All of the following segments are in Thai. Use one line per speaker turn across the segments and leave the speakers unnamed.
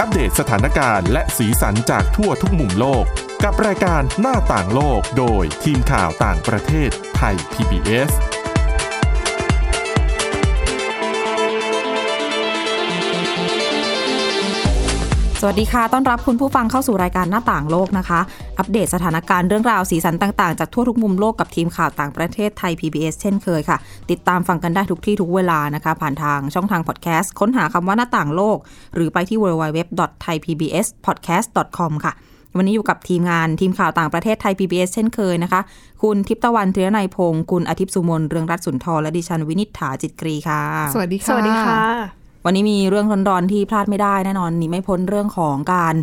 อัปเดตสถานการณ์และสีสันจากทั่วทุกมุมโลก กับรายการหน้าต่างโลกโดยทีมข่าวต่างประเทศไทย PBS
สวัสดีค่ะ ต้อนรับคุณผู้ฟังเข้าสู่รายการหน้าต่างโลกนะคะ อัปเดตสถานการณ์เรื่องราวสีสันต่างๆ จากทั่วทุกมุมโลกกับทีมข่าวต่างประเทศไทย PBS เช่นเคยค่ะ ติดตามฟังกันได้ทุกที่ทุกเวลานะคะ ผ่านทางช่องทางพอดแคสต์ ค้นหาคำว่าหน้าต่างโลก หรือไปที่ www.thaipbspodcast.com ค่ะ วันนี้อยู่กับทีมงานทีมข่าวต่างประเทศไทย PBS เช่นเคยนะคะ คุณทิพย์ตะวันเทียนายพงศ์คุณอาทิตย์สุมนเรืองรัตน์สุนทรและดิฉันวินิษฐาจิตกรีค่ะ
สวัสดีค่ะ
สวัสดีค่ะ
วันนี้มีเรื่องร้อนๆที่พลาดไม่ได้แน่นอนหนี่ไม่พ้นเรื่องของการ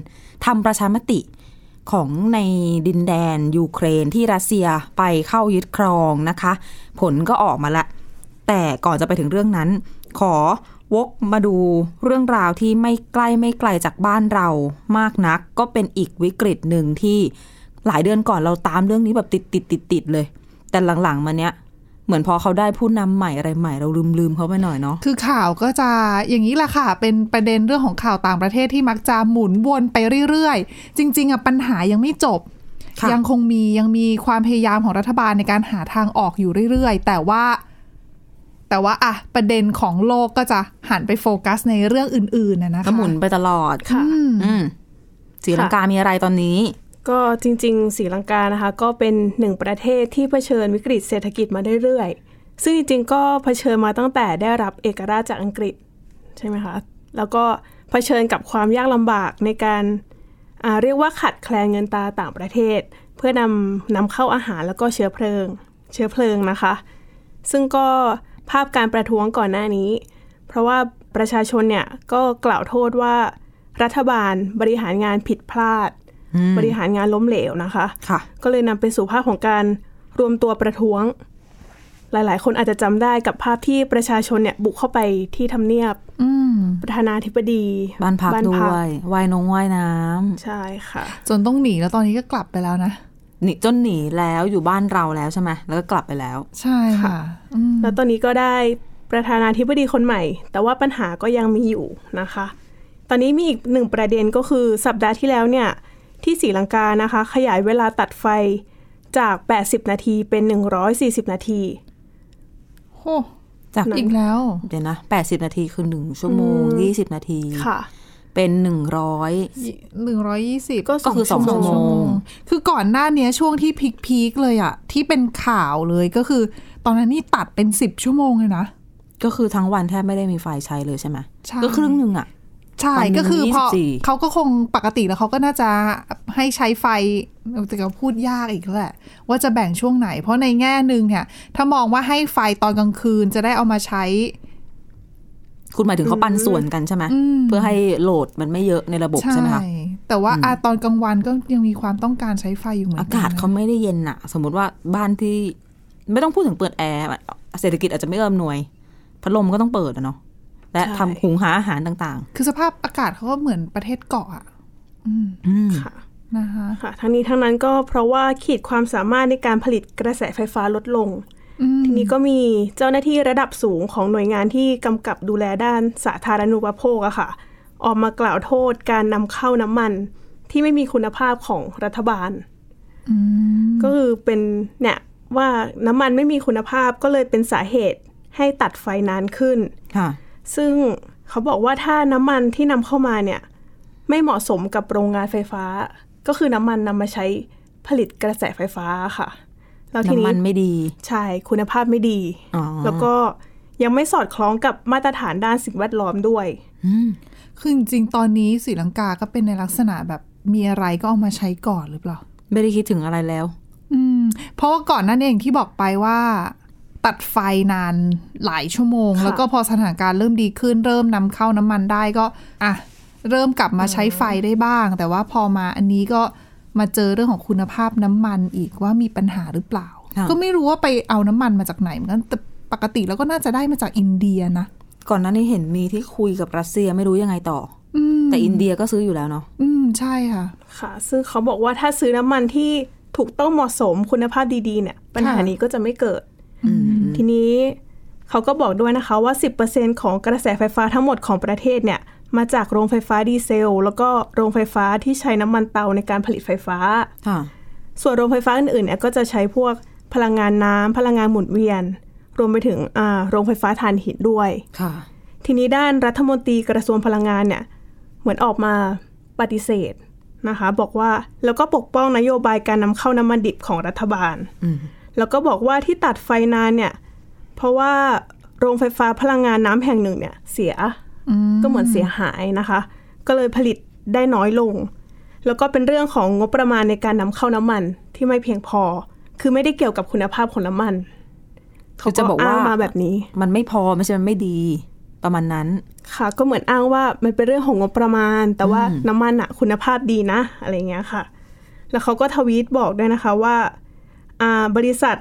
ทำประชามติของในดินแดนยูเครนที่รัสเซียไปเข้ายึดครองนะคะ ผลก็ออกมาละ แต่ก่อนจะไปถึงเรื่องนั้น ขอวกมาดูเรื่องราวที่ไม่ใกล้ไม่ไกลจากบ้านเรามากนัก ก็เป็นอีกวิกฤตหนึ่งที่หลายเดือนก่อนเราตามเรื่องนี้แบบติดติดติดติดๆๆๆเลย แต่หลังๆมาเนี้ยเหมือนพอเขาได้ผู้นำใหม่อะไรใหม่เราลืมลืมๆเขาไปหน่อยเนาะ
คือข่าวก็จะอย่างนี้แหละค่ะ เป็นประเด็นเรื่องของข่าวต่างประเทศที่มักจะหมุนวนไปเรื่อยๆ จริง ๆอ่ะปัญหายังไม่จบ
ค่ะ
ยังคงมียังมีความพยายามของรัฐบาลในการหาทางออกอยู่เรื่อยๆ แต่ว่า แต่ว่าอ่ะประเด็นของโลกก็จะหันไปโฟกัสในเรื่องอื่นๆนะนะคะ
ก็หมุนไปตลอด
ค่ะ
อืม
อืมศรีลังกามีอะไรตอนนี้
ก็จริงๆศรีลังกานะคะ ก็เป็นหนึ่งประเทศที่เผชิญวิกฤตเศรษฐกิจมาเรื่อยๆ ซึ่งจริงๆก็เผชิญมาตั้งแต่ได้รับเอกราชจากอังกฤษใช่ไหมคะ แล้วก็เผชิญกับความยากลำบากในการอ่าเรียกว่าขาดแคลนเงินตราต่างประเทศ เพื่อนำนำเข้าอาหารแล้วก็เชื้อเพลิง เชื้อเพลิงนะคะ ซึ่งก็ภาพการประท้วงก่อนหน้านี้ เพราะว่าประชาชนเนี่ยก็กล่าวโทษว่ารัฐบาลบริหารงานผิดพลาด บริหารงานล้มเหลวนะคะ
ค่ะ
ก็เลยนำไปสู่ภาพของการรวมตัวประท้วง หลายๆ คนอาจจะจำได้กับภาพที่ประชาชนเนี่ยบุกเข้าไปที่ทำเนียบ
อืม
ประธานาธิบดี
บ้านพักด้วยว่ายนงว่ายน้
ใช่ค่ะ
จนต้องหนีแล้วตอนนี้ก็กลับไปแล้วนะ
ำหนีจนหนีแล้วอยู่บ้านเราแล้วใช่ไหมแล้วก็กลับไปแล้ว
ใช่ค่ะ
ค่ะ
อืม
แล้วตอนนี้ก็ได้ประธานาธิบดีคนใหม่ แต่ว่าปัญหาก็ยังมีอยู่นะคะ ตอนนี้มีอีกหนึ่งประเด็นก็คือสัปดาห์ที่แล้วเนี่ยที่ศรีลังกานะคะ ขยายเวลาตัดไฟจาก 80 นาทีเป็น 140 นาที
โห
จาก
อีกแล้ว
เดี๋ยวนะแปดสิบนาทีคือหนึ่งชั่วโมง
อืม
ยี่สิบนาที
ค่ะ
เป็นหนึ่งร้อย
หนึ่งร้อยยี่สิบ
ก็คือสองชั่วโมง
คือก่อนหน้าเนี้ยช่วงที่พีคๆเลยอะที่เป็นข่าวเลยก็คือ ตอนนั้นนี่ตัดเป็นสิบชั่วโมงเลยนะ
ก็คือทั้งวันแทบไม่ได้มีไฟใช้เลยใช่ไหม
ใช่
ก็ครึ่งหนึ่งอ่ะ
ใช่
วันหนึ่ง
ก็คือพอ
24
เขาก็คงปกติแล้วเขาก็น่าจะให้ใช้ไฟแต่ก็พูดยากอีกแล้วแหละ ว่าจะแบ่งช่วงไหน เพราะในแง่หนึ่งเนี่ย ถ้ามองว่าให้ไฟตอนกลางคืนจะได้เอามาใช้
คุณหมายถึงเขาปันส่วนกันใช่ไหม
อืม
เพื่อให้โหลดมันไม่เยอะในระบบใช่ไหมคะ
แต่ว่า
อืม
อะตอนกลางวันก็ยังมีความต้องการใช้ไฟอยู่เหมือน
อา
กัน
กาศเขาไม่ได้เย็นอะสมมติว่าบ้านที่ไม่ต้องพูดถึงเปิดแอร์เศรษฐกิจอาจจะไม่เอื้อมหน่วย พัดลมก็ต้องเปิดอะเนาะและ
ใช่
ทำหุงหาอาหารต่าง
คือสภาพอากาศเขาก็เหมือนประเทศเกาะอะอืม
ๆ อืม
ค่ะ
นะคะ
ค่ะทั้งนี้ทั้งนั้นก็เพราะว่าขีดความสามารถในการผลิตกระแสไฟฟ้าลดลง
อืม
ทีนี้ก็มีเจ้าหน้าที่ระดับสูงของหน่วยงานที่กำกับดูแลด้านสาธารณูปโภคอะค่ะ ออกมากล่าวโทษการนำเข้าน้ำมัน ที่ไม่มีคุณภาพของรัฐบาล
อืม
ก็คือเป็นเนี่ยว่าน้ำมันไม่มีคุณภาพก็เลยเป็นสาเหตุให้ตัดไฟนานขึ้น
ค่ะ
ซึ่งเขาบอกว่าถ้าน้ำมันที่นำเข้ามาเนี่ย ไม่เหมาะสมกับโรงงานไฟฟ้า ก็คือน้ำมันนำมาใช้ผลิตกระแสไฟฟ้าค่ะ แล้วที
น้ำมั
นี้
นไม่ดี
ใช่คุณภาพไม่ดี
อ๋อ
แล้วก็ยังไม่สอดคล้องกับมาตรฐานด้านสิ่งแวดล้อมด้วย
อืม
คือจริงๆ ตอนนี้ศรีลังกาก็เป็นในลักษณะแบบมีอะไรก็เอามาใช้ก่อนหรือเปล่า
ไม่ได้คิดถึงอะไรแล้ว
อืม เพราะว่าก่อนหนั่นเองที่บอกไปว่า ตัดไฟนานหลายชั่วโมง
ค่ะ
แล้วก็พอสถานการณ์เริ่มดีขึ้น เริ่มนำเข้าน้ำมันได้ก็อ่ะเริ่มกลับมาใช้ไฟได้บ้าง แต่ว่าพอมาอันนี้ก็มาเจอเรื่องของคุณภาพน้ำมันอีกว่ามีปัญหาหรือเปล่า
ค่ะ
ก็ไม่รู้ว่าไปเอาน้ำมันมาจากไหนเหมือนกันแต่ปกติแล้วก็น่าจะได้มาจากอินเดียนะ
ก่อนหน้านี้เห็นมีที่คุยกับรัสเซียไม่รู้ยังไงต่อ
อื
อ
ม
แต่อินเดียก็ซื้ออยู่แล้วเนาะ
อืมใช่ค่ะ
ค่ะ ซึ่งเขาบอกว่าถ้าซื้อน้ำมันที่ถูกต้องเหมาะสมคุณภาพดีๆเนี่ย ปัญหานี้ก็จะไม่เกิด
อืม
ทีนี้เขาก็บอกด้วยนะคะว่า 10%ของกระแสไฟฟ้าทั้งหมดของประเทศเนี่ย มาจากโรงไฟฟ้าดีเซล แล้วก็โรงไฟฟ้าที่ใช้น้ำมันเตาในการผลิตไฟฟ้า
ค่ะ
ส่วนโรงไฟฟ้าอื่นๆเนี่ยก็จะใช้พวกพลังงานน้ำพลังงานหมุนเวียน รวมไปถึงอ่าโรงไฟฟ้าถ่านหินด้วย
ค่ะ
ทีนี้ด้านรัฐมนตรีกระทรวงพลังงานเนี่ยเหมือนออกมาปฏิเสธนะคะบอกว่าแล้วก็ปกป้องนโยบายการนำเข้าน้ำมันดิบของรัฐบาล แล้วก็บอกว่าที่ตัดไฟนานเนี่ยเพราะว่าโรงไฟฟ้าพลังงานน้ำแห่งหนึ่งเนี่ยเสียก็เหมือนเสียหายนะคะ ก็เลยผลิตได้น้อยลง แล้วก็เป็นเรื่องของงบประมาณในการนำเข้าน้ำมันที่ไม่เพียงพอ คือไม่ได้เกี่ยวกับคุณภาพของน้ำมัน
คือจะบอกว่า
เขงมาแบบนี้
มันไม่พอไม่ใช่มันไม่ดีประมาณนั้น
ค่ะก็เหมือนอ้างว่ามันเป็นเรื่องของงบประมาณ แต่ว่าน้ำมันอะคุณภาพดีนะ อะไรเงี้ยค่ะ แล้วเขาก็ทวีตบอกด้วยนะคะว่าอ่าบริษัท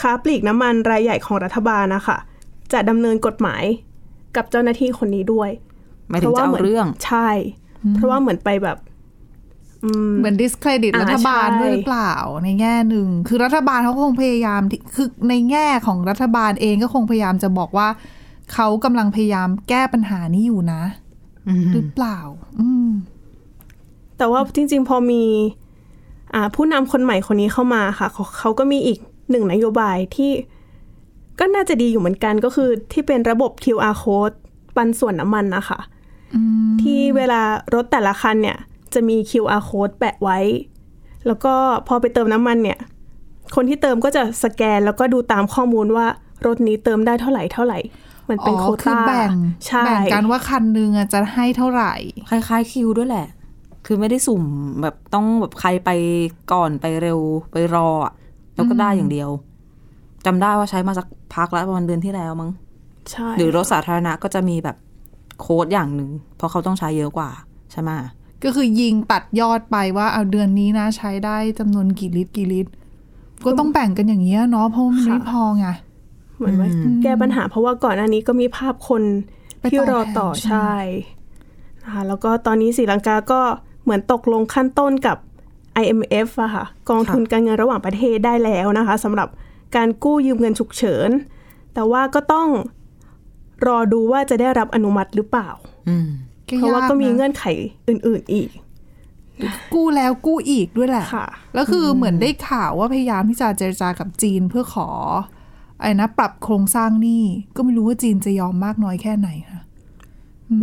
ค้าปลีกน้ำมันรายใหญ่ของรัฐบาลนะคะจะดำเนินกฎหมายกับเจ้าหน้าที่คนนี้ด้วย
หมายถึงจะเอาเรื่อง
ใช่ เพราะว่าเหมือนไปแบบ อืม
เหมือน discredit
อ่า
รัฐบาล
ใช่
ด้วยหรือเปล่าในแง่หนึ่ง คือรัฐบาลเขาก็คงพยายามที่คือในแง่ของรัฐบาลเองก็คงพยายามจะบอกว่า เขากำลังพยายามแก้ปัญหานี้อยู่นะ หรือเปล่า อืม
แต่ว่าจริง ๆ พอมีอ่าผู้นำคนใหม่คนนี้เข้ามาค่ะเขาเขาก็มีอีกหนึ่งนโยบายที่ ก็น่าจะดีอยู่เหมือนกันก็คือที่เป็นระบบ QR code ปันส่วนน้ำมันนะคะที่เวลารถแต่ละคันเนี่ย จะมี QR code แปะไว้ แล้วก็พอไปเติมน้ำมันเนี่ย คนที่เติมก็จะสแกนแล้วก็ดูตามข้อมูลว่ารถนี้เติมได้เท่าไหร่เท่าไหร่ มันเป็น
อ๋อ
โคว
อ
ต้า
แบ่ง
ใช่
แบ่งกันว่าคันหนึ่งอะจะให้เท่าไหร่
คล้าย ๆ คิวด้วยแหละ คือไม่ได้สุ่มแบบต้องแบบใครไปก่อนไปเร็วไปรออะแล้วก็ได้อย่างเดียวจำได้ว่าใช้มาสักพักแล้วประมาณเดือนที่แล้วมั้ง
ใช่
หรือรถสาธารณะก็จะมีแบบโค้ดอย่างหนึ่งเพราะเขาต้องใช้เยอะกว่าใช่ไหม
ก็คือยิงตัดยอดไปว่าเอาเดือนนี้นะใช้ได้จำนวนกี่ลิตรกี่ลิตร ก็ต้องแบ่งกันอย่างเงี้ยเนาะเพราะมันไม่พอไง
เหมือนว่าแก้ปัญหา เพราะว่าก่อนหน้านี้ก็มีภาพคน
ไป
ที่รอต่อ
แถว
ใช่นะคะแล้วก็ตอนนี้ศรีลังกาก็เหมือนตกลงขั้นต้นกับ IMF อะค่ะกองทุนการเงินระหว่างประเทศได้แล้วนะคะสำหรับการกู้ยืมเงินฉุกเฉิน แต่ว่าก็ต้องรอดูว่าจะได้รับอนุมัติหรือเปล่า
อืม
เพราะว่าก็มี
ยน
เงื่อนไขอื่น ๆอีก
กู้แล้วกู้อีกด้วยแหละ
ค่ะ
แล้วคือเหมือนได้ข่าวว่าพยายามที่จะเจรจากับจีนเพื่อขอไอ้นะ ปรับโครงสร้างหนี้ก็ไม่รู้ว่าจีนจะยอมมากน้อยแค่ไหนนะ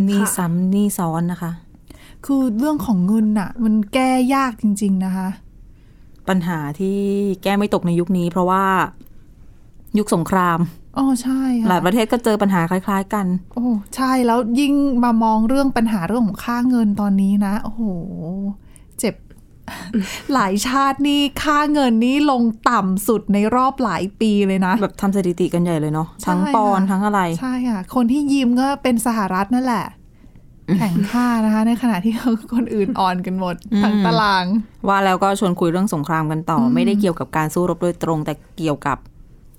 นี่ซ้ำนี่ซ้อนนะคะ
คือเรื่องของเงินน่ะ มันแก้ยากจริง ๆนะคะ
ปัญหาที่แก้ไม่ตกในยุคนี้ เพราะว่ายุคสงคราม
อ๋อใช่
หลา
ค่ะ
ยประเทศก็เจอปัญหาคล้าย ๆ กัน
โอ้ใช่แล้วยิ่งมามองเรื่องปัญหาเรื่องของค่าเงินตอนนี้นะ โอ้โห เจ็บ หลายชาตินี่ค่าเงินนี่ลงต่ำสุดในรอบหลายปีเลยนะ
แบบทำสถิติกันใหญ่เลยเนาะทั้ง
ใช่ค่ะ
ปอนด์ทั้งอะไร
ใช่ค่ะ คนที่ยิ้มก็เป็นสหรัฐนั่นแหละ แข่งค่านะคะ ในขณะที่คนอื่นอ่อนกันหมดทั้งตาราง
ว่าแล้วก็ชวนคุยเรื่องสงครามกันต่ออไม่ได้เกี่ยวกับการสู้รบโดยตรง แต่เกี่ยวกับ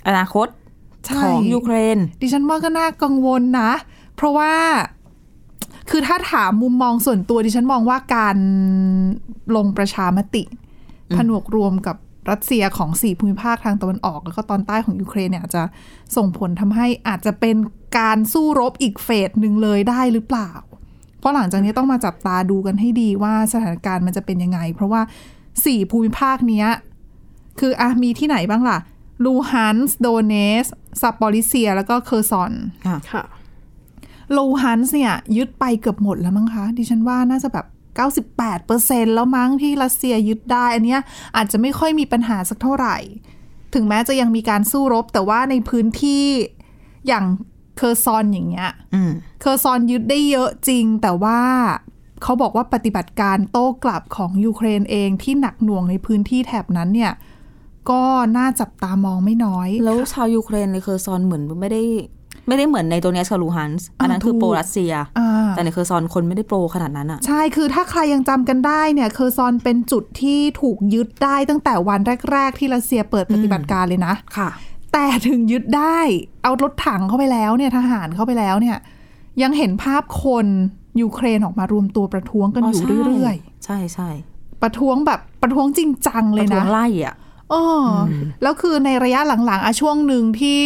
อนาคต
ใช่
ของยูเครน
ดิฉันว่าก็น่ากังวลนะ เพราะว่า คือถ้าถามมุมมองส่วนตัวดิฉันมองว่าการลงประชามติผนวกรวมกับรัสเซียของสี่ภูมิภาคทางตะวันออก แล้วก็ตอนใต้ของยูเครนเนี่ยอาจจะส่งผลทำให้อาจจะเป็นการสู้รบอีกเฟสหนึ่งเลยได้หรือเปล่า เพราะหลังจากนี้ต้องมาจับตาดูกันให้ดีว่าสถานการณ์มันจะเป็นยังไง เพราะว่าสี่ภูมิภาคเนี้ย คืออ่ะมีที่ไหนบ้างล่ะ ลูฮันส์ โดเนสซัปปอริเซีย แล้วก็เคอร์ซอน
ค่ะ
ลูฮันส์เนี่ย ยึดไปเกือบหมดแล้วมั้งคะ ดิฉันว่าน่าจะแบบ 98%แล้วมั้งที่รัสเซียยึดได้ อันเนี้ยอาจจะไม่ค่อยมีปัญหาสักเท่าไหร่ ถึงแม้จะยังมีการสู้รบ แต่ว่าในพื้นที่อย่างเคอร์ซอนอย่างเงี้ย
อืม
เคอร์ซอนยึดได้เยอะจริง แต่ว่าเขาบอกว่าปฏิบัติการโต้กลับของยูเครนเองที่หนักหน่วงในพื้นที่แถบนั้นเนี่ย ก็น่าจับตามองไม่น้อย
แล้วชาวยูเครนในเคอร์ซอนเหมือนไม่ได้ ไม่ได้เหมือนในโดเนสกับลูฮันส์อันนั้นคือ
ถูก
โปรรัสเซีย
อ่า
แต่ในเคอร์ซอนคนไม่ได้โปรขนาดนั้นอะ
ใช่ คือถ้าใครยังจำกันได้เนี่ย เคอร์ซอนเป็นจุดที่ถูกยึดได้ตั้งแต่วันแรก ๆ ที่รัสเซียเปิดปฏิบัติการเลยนะ
ค่ะ
แต่ถึงยึดได้ เอารถถังเข้าไปแล้วเนี่ย ทหารเข้าไปแล้วเนี่ย ยังเห็นภาพคนยูเครนออกมารวมตัวประท้วงกันอยู่เรื่อย
ใช่ใช่
ๆ ประท้วงแบบประท้วงจริงจัง
ป
เลย
ระท้ว
นะ
งไล่อ่ะ
เอออแล้วคือในระยะหลังๆอะช่วงหนึ่งที่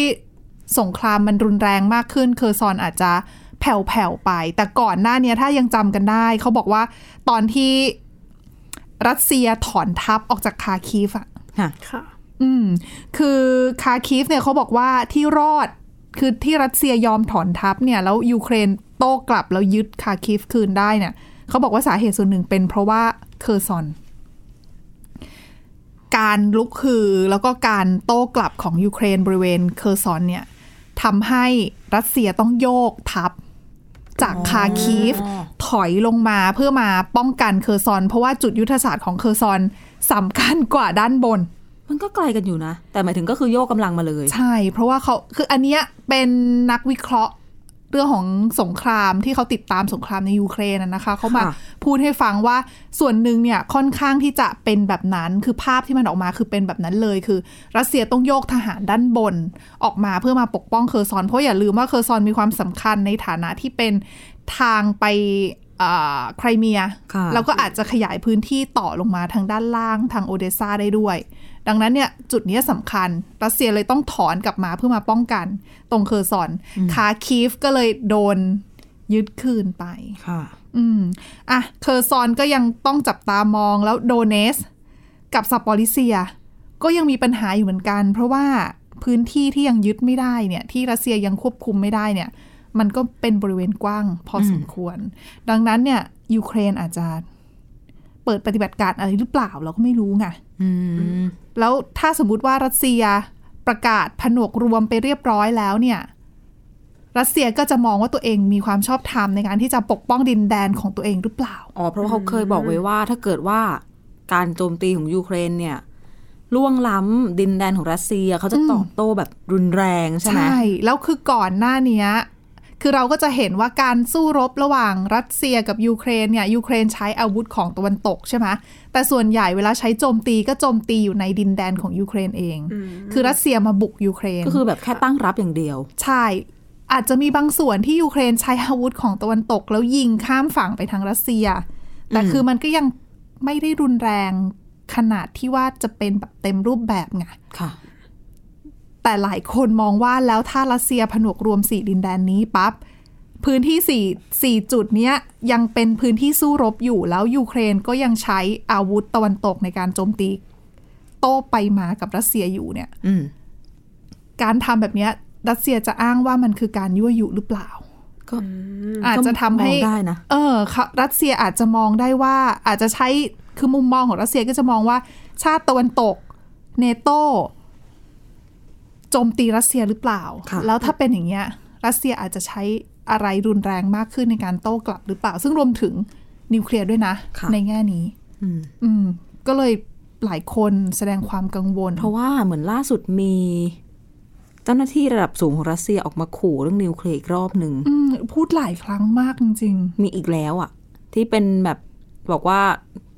สงครามมันรุนแรงมากขึ้นเคอร์ซอนอาจจะ แผ่วๆไป แต่ก่อนหน้าเนี้ยถ้ายังจำกันได้ เขาบอกว่าตอนที่รัสเซียถอนทัพออกจากคาคีฟอะ
ค่ะ
ค่ะ
อืม คือคาคีฟเนี่ยเขาบอกว่าที่รอดคือที่รัสเซียยอมถอนทัพเนี่ย แล้วยูเครนโต้กลับแล้วยึดคาคีฟคืนได้เนี่ยเขาบอกว่าสาเหตุส่วนหนึ่งเป็นเพราะว่าเคอร์ซอน การลุกฮือแล้วก็การโต้กลับของยูเครนบริเวณเคอร์ซอนเนี่ยทำให้รัสเซียต้องโยกทัพ จากคาคีฟถอยลงมาเพื่อมาป้องกันเคอร์ซอน เพราะว่าจุดยุทธศาสตร์ของเคอร์ซอนสำคัญกว่าด้านบน
มันก็ไกลกันอยู่นะ แต่หมายถึงก็คือโยกกำลังมาเลย
ใช่ เพราะว่าเขาคืออันเนี้ยเป็นนักวิเคราะห์เรื่องของสงครามที่เขาติดตามสงครามในยูเครนน่ะนะคะเขามา
ค่ะ
พูดให้ฟังว่าส่วนหนึ่งเนี่ยค่อนข้างที่จะเป็นแบบนั้นคือภาพที่มันออกมาคือเป็นแบบนั้นเลยคือ รัสเซียต้องโยกทหารด้านบนออกมาเพื่อมาปกป้องเคอร์ซอน เพราะอย่าลืมว่าเคอร์ซอนมีความสำคัญในฐานะที่เป็นทางไปอ่าไครเมีย
ค่ะ
แล้วก็อาจจะขยายพื้นที่ต่อลงมาทางด้านล่างทางโอเดสซาได้ด้วย ดังนั้นเนี่ยจุดเนี้ยสำคัญ รัสเซียเลยต้องถอนกลับมาเพื่อมาป้องกัน ตรงเคอร์ซอน คาคีฟก็เลยโดนยึดคืนไป
ค่ะ
อืมอ่ะเคอร์ซอนก็ยังต้องจับตามองแล้วโดเนส กับซาปอริเซีย ก็ยังมีปัญหาอยู่เหมือนกัน เพราะว่าพื้นที่ที่ยังยึดไม่ได้เนี่ย ที่รัสเซียยังควบคุมไม่ได้เนี่ย มันก็เป็นบริเวณกว้างพอสมควร ดังนั้นเนี่ยยูเครนอาจจะเปิดปฏิบัติการอะไรหรือเปล่าเราก็ไม่รู้ไง
อืม
แล้วถ้าสมมติว่ารัสเซียประกาศผนวกรวมไปเรียบร้อยแล้วเนี่ย รัสเซียก็จะมองว่าตัวเองมีความชอบธรรมในการที่จะปกป้องดินแดนของตัวเองหรือเปล่า
อ๋อ เพราะว่าเขาเคยบอกไว้ว่า ถ้าเกิดว่าการโจมตีของยูเครนเนี่ยล่วงล้ำดินแดนของรัสเซียเขาจะตอบโต้แบบรุนแรงใช่ไหม
แล้วคือก่อนหน้าเนี้ย คือเราก็จะเห็นว่าการสู้รบระหว่างรัสเซียกับยูเครนเนี่ยยูเครนใช้อาวุธของตะวันตกใช่ไหมแต่ส่วนใหญ่เวลาใช้โจมตีก็โจมตีอยู่ในดินแดนของยูเครนเอง คือรัสเซียมาบุกยูเครน
ก็คือแบบแค่ตั้งรับอย่างเดียว
ใช่ อาจจะมีบางส่วนที่ยูเครนใช้อาวุธของตะวันตก แล้วยิงข้ามฝั่งไปทางรัสเซีย แต่คือมันก็ยังไม่ได้รุนแรงขนาดที่ว่าจะเป็นแบบเต็มรูปแบบไง
ค่ะ
แต่หลายคนมองว่าแล้วถ้ารัสเซียผนวกรวมสี่ดินแดนนี้ปั๊บพื้นที่สี่สี่จุดเนี้ยยังเป็นพื้นที่สู้รบอยู่แล้วยูเครนก็ยังใช้อาวุธตะวันตกในการโจมตี โต้ไปมากับรัสเซียอยู่เนี่ย
อืม
การทำแบบเนี้ยรัสเซียจะอ้างว่ามันคือการยั่วยุหรือเปล่า
ก็
อาจจะทำให้
ก็มองได้นะ
เออค่ะรัสเซียอาจจะมองได้ว่าอาจจะใช้คือมุมมองของรัสเซียก็จะมองว่า ชาติตะวันตกเนโตโจมตีรัสเซียหรือเปล่า
ค่ะ
แล้วถ้าเป็นอย่างเงี้ย รัสเซียอาจจะใช้อะไรรุนแรงมากขึ้นในการโต้กลับหรือเปล่า ซึ่งรวมถึงนิวเคลียร์ด้วยนะ
ค่ะ
ในแง่นี้
อืม
อืม ก็เลยหลายคนแสดงความกังวล
เพราะว่าเหมือนล่าสุดมี เจ้าหน้าที่ระดับสูงของรัสเซียออกมาขู่เรื่องนิวเคลียร์อีกรอบหนึ่ง
อืม พูดหลายครั้งมากจริง ๆ
มีอีกแล้วอ่ะ ที่เป็นแบบบอกว่า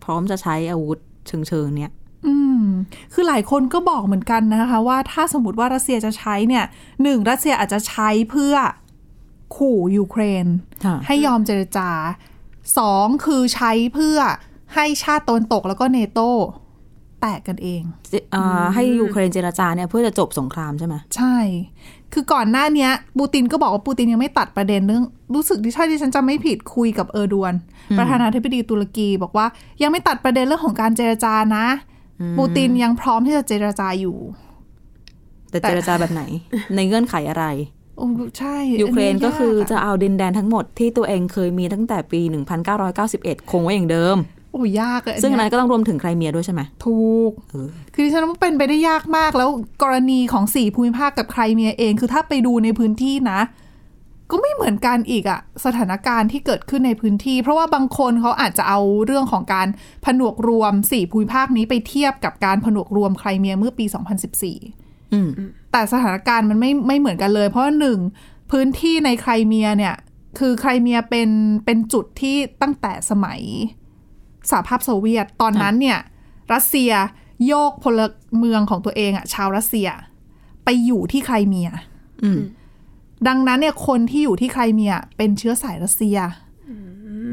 พร้อมจะใช้อาวุธเชิงเชิงๆเนี่ย
อืม คือหลายคนก็บอกเหมือนกันนะคะว่าถ้าสมมติว่ารัสเซียจะใช้เนี่ยหนึ่งรัสเซียอาจจะใช้เพื่อขู่ยูเครน
ค่ะ
ให้ยอมเจรจาสองคือใช้เพื่อให้ชาติตะวันตกแล้วก็เนโตแตกกันเอง
เอ่ออให้ยูเครนเจรจาเนี่ยเพื่อจะจบสงครามใช่ไหม
ใช่ คือก่อนหน้าเนี้ยปูตินก็บอกว่าปูตินยังไม่ตัดประเด็นเรื่อง รู้สึกที่ใช่ที่ฉันจำไม่ผิดคุยกับเออร์ดวน ประธานาธิบดีตุรกีบอกว่ายังไม่ตัดประเด็นเรื่องของการเจรจานะ ปูตินยังพร้อมที่จะเจรจาอยู่
แต่เจรจาแบบไหน ในเงื่อนไขอะไร
โอ้ใช่
ยูเครนก็คือจะ
นนี้ยาก
เอาดินแดนทั้งหมดที่ตัวเองเคยมีตั้งแต่ปี 1991 คงไว้อย่างเดิม
อะโอ้ยากเลย
ซึ่งอันนั้
เย
นก็ต้องรวมถึงไครเมียด้วยใช่ไหม
ถูก
เออ
คือดิฉันว่าเป็นไปได้ยากมากแล้วกรณีของสี่ภูมิภาคกับใครเมียเอง คือถ้าไปดูในพื้นที่นะ ก็ไม่เหมือนกันอีกอะสถานการณ์ที่เกิดขึ้นในพื้นที่ เพราะว่าบางคนเขาอาจจะเอาเรื่องของการผนวกรวมสี่ภูมิภาคนี้ไปเทียบกับการผนวกรวมใครเมียเมื่อปี 2014
อืม
แต่สถานการณ์มันไม่ไม่เหมือนกันเลย เพราะหนึ่งพื้นที่ในไครเมียเนี่ย คือไครเมียเป็นเป็นจุดที่ตั้งแต่สมัยสหภาพโซเวียตตอนนั้นเนี่ยรัสเซียโยกพลเมืองของตัวเองอะชาวรัสเซีย ไปอยู่ที่ไครเมีย
อืม
ดังนั้นเนี่ยคนที่อยู่ที่ไครเมียเป็นเชื้อสายรัสเซีย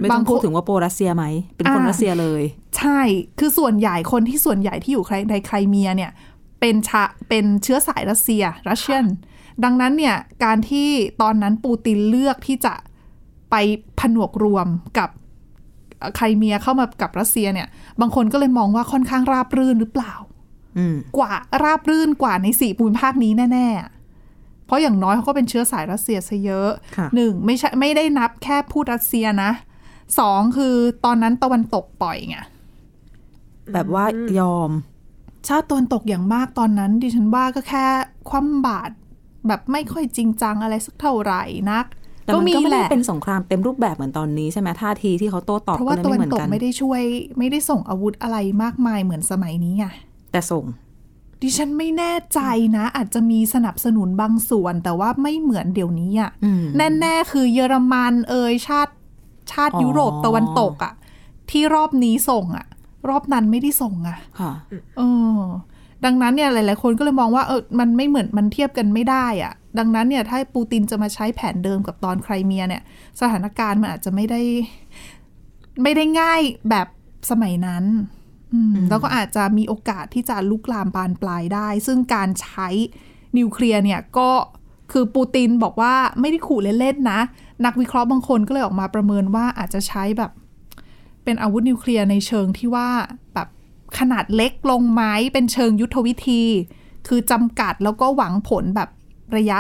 ไม่ต้
บา
อง ง
คน
พูดถึงว่าโปรรัสเซียไหม เป็นคน
อ่า
รัสเซียเลย
ใช่ คือส่วนใหญ่คนที่ส่วนใหญ่ที่อยู่ในไครเมียเนี่ยเป็นชาเป็นเชื้อสายรัสเซียรัสเซียน ดังนั้นเนี่ยการที่ตอนนั้นปูตินเลือกที่จะ ไปผนวกรวมกับเอ่อไครเมียเข้ามากับรัสเซียเนี่ย บางคนก็เลยมองว่าค่อนข้างราบรื่นหรือเปล่า
อืม
กว่าราบรื่นกว่าในสี่ภูมิภาคนี้แน่ๆ เพราะอย่างน้อยเขาก็เป็นเชื้อสายรัสเซียซะเยอะ
ค่ะ
หนึ่งไม่ใช่ไม่ได้นับแค่พูดรัสเซียนะสองคือตอนนั้นตะวันตกปล่อยไง
แบบว่ายอม
ชาติตะวันตกอย่างมากตอนนั้น ดิฉันว่าก็แค่คว่ำบาตรแบบไม่ค่อยจริงจังอะไรสักเท่าไหร่นัก
แต่มันก็ไม่
แห
ได้
ละ
เป็นสงครามเต็มรูปแบบเหมือนตอนนี้ใช่ไหมท่าทีที่เขาโต้ตอบ
เพราะ
ก็
ว่า
เลย
ตะ
ไม่
วัน
เหมือน
ตก
กัน
ไม่ได้ช่วย ไม่ได้ส่งอาวุธอะไรมากมายเหมือนสมัยนี้ไง
แต่ส่ง
ดิฉันไม่แน่ใจนะ อาจจะมีสนับสนุนบางส่วน แต่ว่าไม่เหมือนเดี๋ยวนี้อ่ะ
อืม
แน่ๆคือเยอรมันเอ่ยชาติชาติ
อ๋อ
ยุโรปตะวันตกอ่ะ ที่รอบนี้ส่งอ่ะ รอบนั้นไม่ได้ส่งอ่ะ
ค่ะ
เออดังนั้นเนี่ยหลาย ๆ คนก็เลยมองว่าเออมันไม่เหมือนมันเทียบกันไม่ได้อะดังนั้นเนี่ยถ้าปูตินจะมาใช้แผนเดิมกับตอนไครเมียเนี่ย สถานการณ์มันอาจจะไม่ได้ ไม่ได้ง่ายแบบสมัยนั้นอืมแล้วก็อาจจะมีโอกาสที่จะลุกลามบานปลายได้ ซึ่งการใช้นิวเคลียร์เนี่ยก็คือปูตินบอกว่าไม่ได้ขู่เล่น ๆ นะ นักวิเคราะห์บางคนก็เลยออกมาประเมินว่าอาจจะใช้แบบ เป็นอาวุธนิวเคลียร์ในเชิงที่ว่าแบบขนาดเล็กลงไหมเป็นเชิงยุทธวิธี คือจำกัดแล้วก็หวังผลแบบระยะ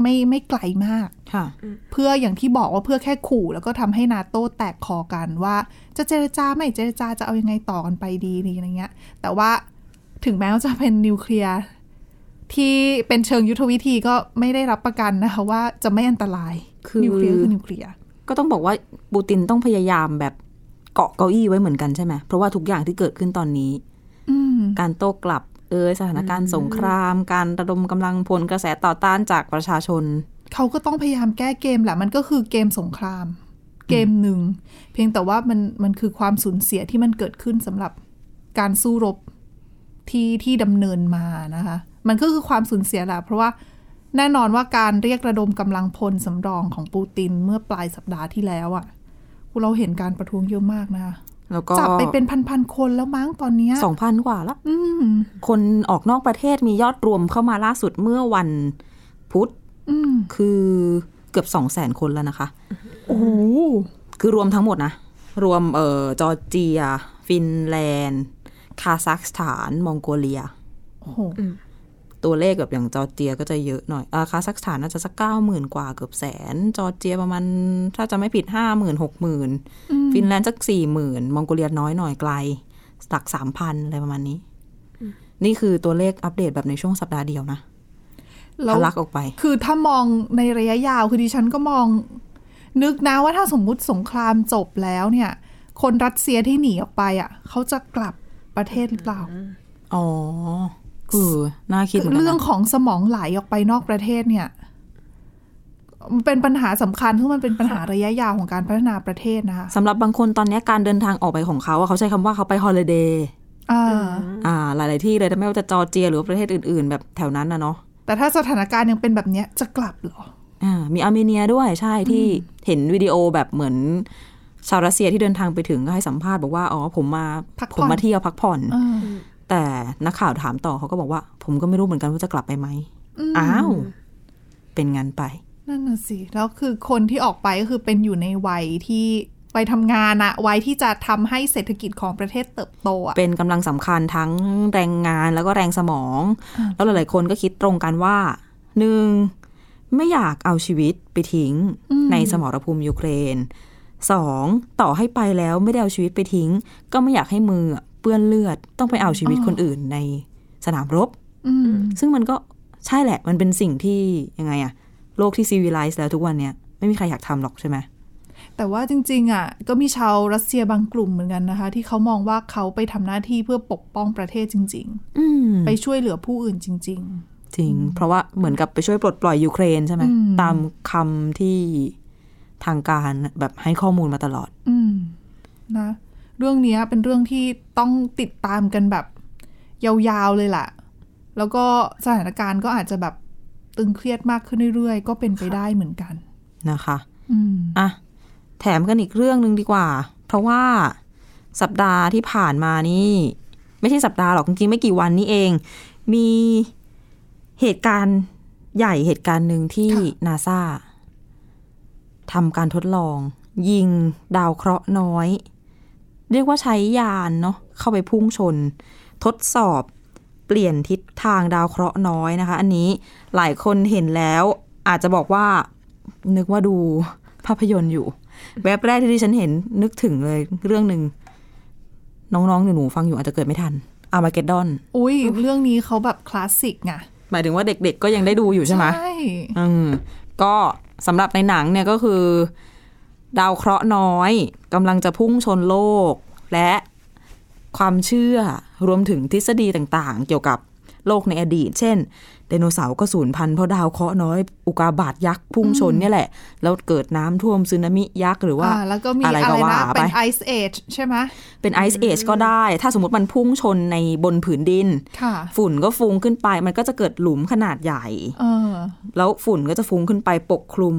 ไม่ไม่ไกลมาก
ค่ะ
เพื่ออย่างที่บอกว่าเพื่อแค่ขู่แล้วก็ทำให้นาโต้แตกคอกันว่า จะเจรจาไม่เจรจาจะเอายังไงต่อกันไปดีนี่อะไรเงี้ย แต่ว่าถึงแม้ว่าจะเป็นนิวเคลียร์ที่เป็นเชิงยุทธวิธีก็ไม่ได้รับประกันนะคะว่าจะไม่อันตราย
คือ
นิวเคลียร์คือนิวเคลียร์
ก็ต้องบอกว่าปูตินต้องพยายามแบบเกาะเก้าอี้ไว้เหมือนกันใช่ไหมเพราะว่าทุกอย่างที่เกิดขึ้นตอนนี้
อืม
การโต้กลับ เอยสถานการณ์สงคราม การระดมกำลังพลกระแสต่อต้านจากประชาชน
เขาก็ต้องพยายามแก้เกมแหละมันก็คือเกมสงคราม เกมหนึ่ง เพียงแต่ว่ามันมันคือความสูญเสียที่มันเกิดขึ้นสำหรับการสู้รบที่ที่ดำเนินมานะคะ มันก็คือความสูญเสียแหละเพราะว่าแน่นอนว่าการเรียกระดมกำลังพลสำรองของปูตินเมื่อปลายสัปดาห์ที่แล้วอะ่ะเราเห็นการประท้วงเยอะมากนะคะ
แล้วก็
จับไปเป็นพันๆคนแล้วมั้งตอนเนี้ย
สองพันกว่าละ
อืม
คนออกนอกประเทศมียอดรวมเข้ามาล่าสุดเมื่อวันพุธ
อืม
คือเกือบสองแสนคนแล้วนะคะ
โอ้โห
คือรวมทั้งหมดนะ รวมเอ่อจอร์เจีย ฟินแลนด์ คาซัคสถาน มองโกเลีย
โอ้โห
ตัวเลขแบบอย่างจอร์เจียก็จะเยอะหน่อยอาคาซัคสถานน่าจะสักเก้าหมื่นกว่าเกือบแสน จอร์เจียประมาณ ถ้าจะไม่ผิดห้าหมื่นหกหมื่นฟินแลนด์สักสี่หมื่นมองโกเลียน้อยหน่อยไกลสักสามพันอะไรประมาณนี้ นี่คือตัวเลขอัปเดตแบบในช่วงสัปดาห์เดียวนะ
แล้
ทะ
ว
ลักออกไป
คือถ้ามองในระยะยาวคือดิฉันก็มอง นึกนะว่าถ้าสมมุติสงครามจบแล้วเนี่ย คนรัสเซียที่หนีออกไปอ่ะเขาจะกลับประเทศหรือเปล่า
อ๋อเออน่าคิดเหมือนกัน
เรื่อง
นะ
ของสมองไหลออกไปนอกประเทศเนี่ยมันเป็นปัญหาสำคัญที่งมันเป็นปัญหาระยะยาวของการพัฒนาประเทศนะคะ
สำหรับบางคนตอนนี้การเดินทางออกไปของเขาอะเขาใช้คำว่าเขาไปฮอลิเดย์
อ่า
อ่า หลาย ๆ ที่เลยไม่ว่าจะจอร์เจียหรือว่าประเทศอื่น ๆ แบบแถวนั้นนะเนาะ
แต่ถ้าสถานการณ์ยังเป็นแบบเนี้ยจะกลับเหรอ
อ่ามีอาร์เมเนียด้วยใช่ที่เห็นวิดีโอแบบเหมือน ชาวรัสเซียที่เดินทางไปถึงก็ให้สัมภาษณ์บอกว่า อ๋อ ผมมา
พักผ่อน
ผมมาเที่ยวพักผ่อน
อ่า
แต่นักข่าวถามต่อเขาก็บอกว่า ผมก็ไม่รู้เหมือนกันว่าจะกลับไปไหมอ้าว เป็นงั้นไป
นั่นน่ะสิแล้วคือคนที่ออกไปก็คือเป็นอยู่ในวัยที่วัยทำงานอะวัยที่จะทำให้เศรษฐกิจของประเทศเติบโตอะ
เป็นกำลังสำคัญทั้งแรงงานแล้วก็แรงสมอง แล้วหลายๆคนก็คิดตรงกันว่าหนึ่งไม่อยากเอาชีวิตไปทิ้งในสมรภูมิยูเครนสองต่อให้ไปแล้วไม่ได้เอาชีวิตไปทิ้ง ก็ไม่อยากให้มือเปื้อนเลือดต้องไปเอาชีวิตคนอื่นในสนามรบ
อืม
ซึ่งมันก็ใช่แหละ มันเป็นสิ่งที่ยังไงอะโลกที่ซีวิไลซ์แล้วทุกวันเนี้ยไม่มีใครอยากทำหรอกใช่ไหม
แต่ว่าจริง ๆ อ่ะ ก็มีชาวรัสเซียบางกลุ่มเหมือนกันนะคะ ที่เขามองว่าเขาไปทำหน้าที่เพื่อปกป้องประเทศจริง
อืม
ๆ ไปช่วยเหลือผู้อื่นจริง
จริง เพราะว่าเหมือนกับไปช่วยปลดปล่อยยูเครนใช่ไหม
อืม
ตามคำที่ทางการแบบให้ข้อมูลมาตลอด
ๆ อืมนะเรื่องเนี้ยเป็นเรื่องที่ต้องติดตามกันแบบ ยาวๆเลยล่ะ แล้วก็สถานการณ์ก็อาจจะแบบตึงเครียดมากขึ้นเรื่อยๆ ก็เป็นไปได้เหมือนกัน
นะคะ
อืม
อ่ะ แถมกันอีกเรื่องหนึ่งดีกว่า เพราะว่าสัปดาห์ที่ผ่านมานี่ ไม่ใช่สัปดาห์หรอกจริงๆไม่กี่วันนี้เอง มีเหตุการณ์ใหญ่เหตุการณ์หนึ่งที่
ค่ะ
นาซา ทำการทดลอง ยิงดาวเคราะห์น้อย เรียกว่าใช้ยานเนาะเข้าไปพุ่งชน ทดสอบเปลี่ยนทิศทางดาวเคราะห์น้อยนะคะ อันนี้หลายคนเห็นแล้วอาจจะบอกว่า นึกว่าดูภาพยนตร์อยู่ แวบแรกที่ดิฉันเห็นนึกถึงเลยเรื่องหนึ่งน้องๆหนูๆฟังอยู่อาจจะเกิดไม่ทันอามาเกดดอน
อุ้ยเรื่องนี้เขาแบบคลาสสิกไง
หมายถึงว่าเด็กๆก็ยังได้ดูอยู่ใช่ไหม
ใช่
อืมก็สำหรับในหนังเนี่ยก็คือ ดาวเคราะห์น้อยกำลังจะพุ่งชนโลก และความเชื่อรวมถึงทฤษฎีต่างๆ เกี่ยวกับโลกในอดีต เช่น ไดโนเสาร์ก็สูญพันธุ์เพราะดาวเคราะห์น้อย อุกาบาตยักษ์พุ่งชนเนี่ยแหละ แล้วเกิดน้ำท่วมสึนามิยักษ์หรือว่า
อ่าแล้วก็มี
อะไร
อะไร
ก็ว่า
นะ
ไป
เป็นไอซ์เอจใช่ไหม
เป็นไอซ์เอจก็ได้ ถ้าสมมติมันพุ่งชนในบนผืนดิน
ค่ะ
ฝุ่นก็ฟุ้งขึ้นไป มันก็จะเกิดหลุมขนาดใหญ่
เออ
แล้วฝุ่นก็จะฟุ้งขึ้นไปปกคลุม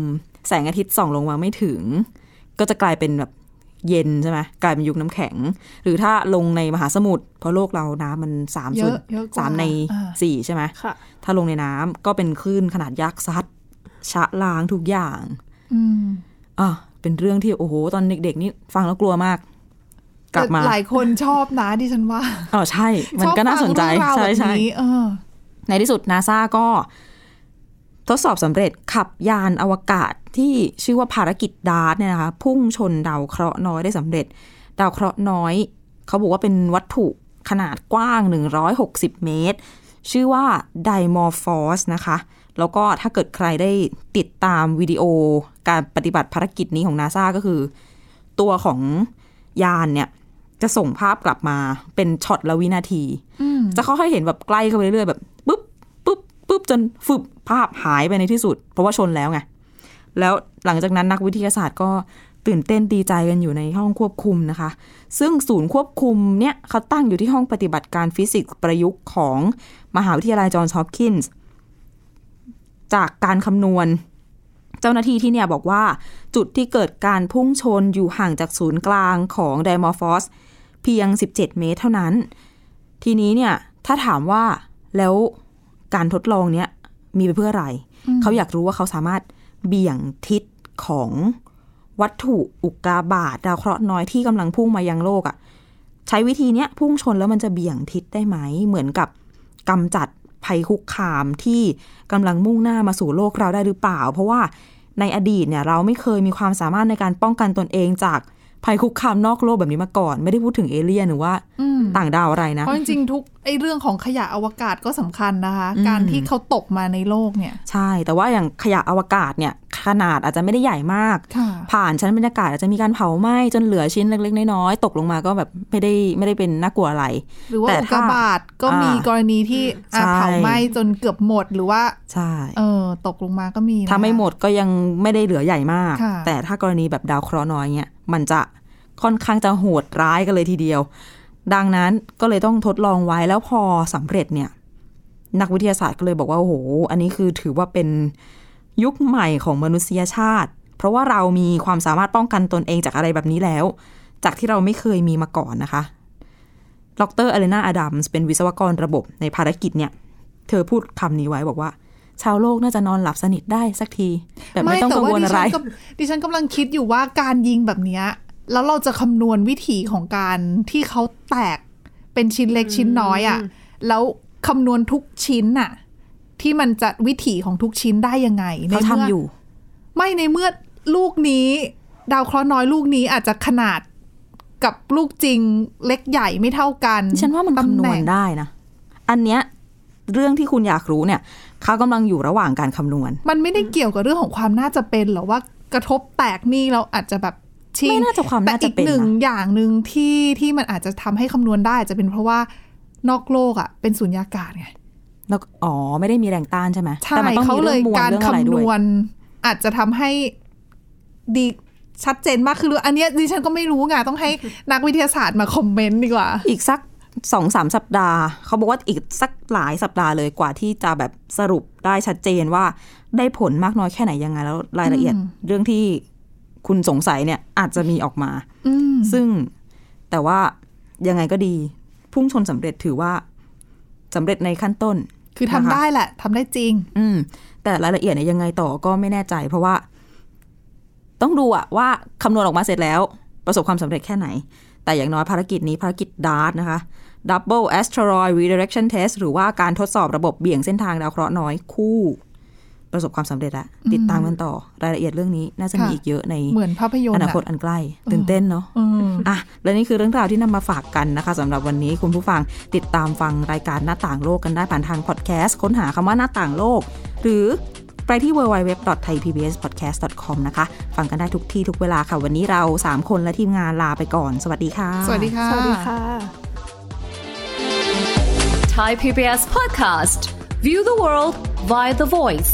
แสงอาทิตย์ส่องลงมาไม่ถึง ก็จะกลายเป็นแบบเย็นใช่ไหมกลายเป็นยุคน้ำแข็ง หรือถ้าลงในมหาสมุทรเพราะโลกเราน้ำมันสาม
เย
ส่วน
อะเยอะกว่า
สามใน
อ่า
สี่ใช่ไหม
ค่ะ
ถ้าลงในน้ำก็เป็นคลื่นขนาดยักษ์ซัดชะล้างทุกอย่าง
อืม
อ่ะเป็นเรื่องที่โอ้โห ตอนเด็ก ๆ นี่ฟังแล้วกลัวมาก กลับมา
แต่หลายคนชอบนะ ดิฉันว่า
อ๋อใช่ มันก็น่าสนใจ
ชอบฟัง
ใช่
เรื่องราว
ใช่
แบบนี้เออ
ในที่สุดนาซาก็ ทดสอบสำเร็จขับยานอวกาศที่ชื่อว่าภารกิจดาร์ตเนี่ยนะคะ พุ่งชนดาวเคราะห์น้อยได้สำเร็จ ดาวเคราะห์น้อย เขาบอกว่าเป็นวัตถุขนาดกว้าง 160 เมตร ชื่อว่าไดมอร์ฟอสนะคะ แล้วก็ถ้าเกิดใครได้ติดตามวิดีโอการปฏิบัติภารกิจนี้ของนาซาก็คือ ตัวของยานเนี่ย จะส่งภาพกลับมาเป็นช็อตละวินาที
อืม
จะค่อยๆเห็นแบบใกล้เข้าไปเรื่อยๆแบบปุ๊บปุ๊บปุ๊บจนฟึบภาพหายไปในที่สุด เพราะว่าชนแล้วไง แล้วหลังจากนั้นนักวิทยาศาสตร์ก็ตื่นเต้นดีใจกันอยู่ในห้องควบคุมนะคะ ซึ่งศูนย์ควบคุมเนี่ยเขาตั้งอยู่ที่ห้องปฏิบัติการฟิสิกส์ประยุกต์ของมหาวิทยาลัยจอห์นส์ฮอปกินส์จากการคำนวณ เจ้าหน้าที่ที่เนี่ยบอกว่าจุดที่เกิดการพุ่งชนอยู่ห่างจากศูนย์กลางของไดมอร์ฟอสเพียง 17 เมตรเท่านั้น ทีนี้เนี่ยถ้าถามว่าแล้วการทดลองเนี้ยมีไปเพื่ออะไร เขาอยากรู้ว่าเขาสามารถเบี่ยงทิศของวัตถุอุกกาบาตดาวเคราะห์น้อยที่กำลังพุ่งมายังโลกอะ่ะใช้วิธีเนี้ยพุ่งชนแล้วมันจะเบี่ยงทิศได้ไหม เหมือนกับกำจัดภัยคุกคามที่กำลังมุ่งหน้ามาสู่โลกเราได้หรือเปล่า เพราะว่าในอดีตเนี่ยเราไม่เคยมีความสามารถในการป้องกันตนเองจากภัยคุกคามนอกโลกแบบนี้มาก่อน ไม่ได้พูดถึงเอเลี่ยนหรือว่า
อืม
ต่างดาวอะไรนะ
เพราะจริงๆทุกไอเรื่องของขยะอวกาศก็สำคัญนะคะ
อืม
การที่เขาตกมาในโลกเนี่ย
ใช่ แต่ว่าอย่างขยะอวกาศเนี่ย ขนาดอาจจะไม่ได้ใหญ่มาก
ค่ะ
ผ่านชั้นบรรยากาศอาจจะมีการเผาไหม้จนเหลือชิ้นเล็ก ๆ น้อยๆตกลงมาก็แบบไม่ได้ไม่ได้เป็นน่ากลัวอะไร
หรือว่า
แต่
อุ
ถ้าก
กาบาตก็มี
อ่าก
รณีที่อ่ะ
ใช่
เผาไหม้จนเกือบหมดหรือว่า
ใช่
เออตกลงมาก็มีนะ
ถ้าไม่หมดก็ยังไม่ได้เหลือใหญ่มาก
ค่ะ
แต่ถ้ากรณีแบบดาวเคราะห์น้อยเนี่ยมันจะค่อนข้างจะโหดร้ายกันเลยทีเดียว ดังนั้นก็เลยต้องทดลองไว้แล้วพอสำเร็จเนี่ย นักวิทยาศาสตร์ก็เลยบอกว่า โอ้โห อันนี้คือถือว่าเป็นยุคใหม่ของมนุษยชาติ เพราะว่าเรามีความสามารถป้องกันตนเองจากอะไรแบบนี้แล้ว จากที่เราไม่เคยมีมาก่อนนะคะ ดรอเลนาอดัมส์เป็นวิศวกรระบบในภารกิจเนี่ย เธอพูดคำนี้ไว้บอกว่า ชาวโลกน่าจะนอนหลับสนิทได้สักที แบบไม่ต้องกังวลอะไร
ดิฉันกำดิฉันกำลังคิดอยู่ว่าการยิงแบบเนี้ยแล้วเราจะคำนวณวิถีของการที่เขาแตกเป็นชิ้นเล็กชิ้นน้อยอะ่ะ แล้วคำนวณทุกชิ้นน่ะ ที่มันจะวิถีของทุกชิ้นได้ยังไงใน
เขา
เมื่
ทำอยู่
ไม่ในเมื่อลูกนี้ ดาวเคราะห์น้อยลูกนี้อาจจะขนาดกับลูกจริงเล็กใหญ่ไม่เท่ากัน
ดิฉันว่ามัน
ตำ
คำน
แห
วณ
ง
ได้นะ อันเนี้ยเรื่องที่คุณอยากรู้เนี่ยเขากำลังอยู่ระหว่างการคำนวณ
มันไม่ได้เกี่ยวกับเรื่องของความน่าจะเป็นหรอว่ากระทบแตกนี่เราอาจจะแบบชิง
ไม่น่าจะความ
แต่
น่า
อี
จะ
ก
เป็น
หนึ่ง
นะ
อย่างหนึ่งที่ที่มันอาจจะทำให้คำนวณได้อาจจะเป็นเพราะว่านอกโลกอ่ะเป็นสุญญากาศไง
แล้วก็อ๋อ ไม่ได้มีแรงต้านใช่ไหม
ใช่
แต่มัต้อง
เขา
มี
เล
เรื่อยงมวล
การ
เรื่องอะไร
คำน
ด้วย
วณ อาจจะทำให้ดีชัดเจนมากคืออันเนี้ยดิฉันก็ไม่รู้ไงต้องให้นักวิทยาศาสตร์มาคอมเมนต์ดีกว่า
อีกสักสองสามสัปดาห์ เขาบอกว่าอีกสักหลายสัปดาห์เลยกว่าที่จะแบบสรุปได้ชัดเจนว่าได้ผลมากน้อยแค่ไหนยังไง แล้วรายละเอียด
อืม
เรื่องที่คุณสงสัยเนี่ยอาจจะมีออกมา
อืม
ซึ่งแต่ว่ายังไงก็ดี พุ่งชนสำเร็จถือว่าสำเร็จในขั้นต้น
คือทำ
นะคะ
ได้แหละทำได้จริง
อืมแต่รายละเอียดเนี่ยยังไงต่อก็ไม่แน่ใจ เพราะว่า ต้องดูอะว่าคำนวณออกมาเสร็จแล้ว ประสบความสำเร็จแค่ไหน แต่อย่างน้อยภารกิจนี้ภารกิจดาร์ตนะคะ Double Asteroid Redirection Test หรือว่าการทดสอบระบบเบี่ยงเส้นทางดาวเคราะห์น้อยคู่ ประสบความสำเร็จละติดตามกันต่อรายละเอียดเรื่องนี้น่าจะมี
ค่ะ
อีกเยอะใน
เหมือนภาพยนต
อ
ร์
นาคต
อะ
อันใกล้ตื่นเต้นเนาะ
เออ
อ่ะและนี่คือเรื่องราวที่นำมาฝากกันนะคะสำหรับวันนี้คุณผู้ฟังติดตามฟังรายการหน้าต่างโลกกันได้ผ่านทางพอดแคสต์ค้นหาคำว่าหน้าต่างโลก หรือไปที่ www.thaipbspodcast.com นะคะ ฟังกันได้ทุกที่ทุกเวลาค่ะ วันนี้เรา 3 คนและทีมงานลาไปก่อน สวัสดีค่ะ
สวัสดีค่ะ
สวัสดีค่ะ
Thai PBS podcast. View the world via the voice.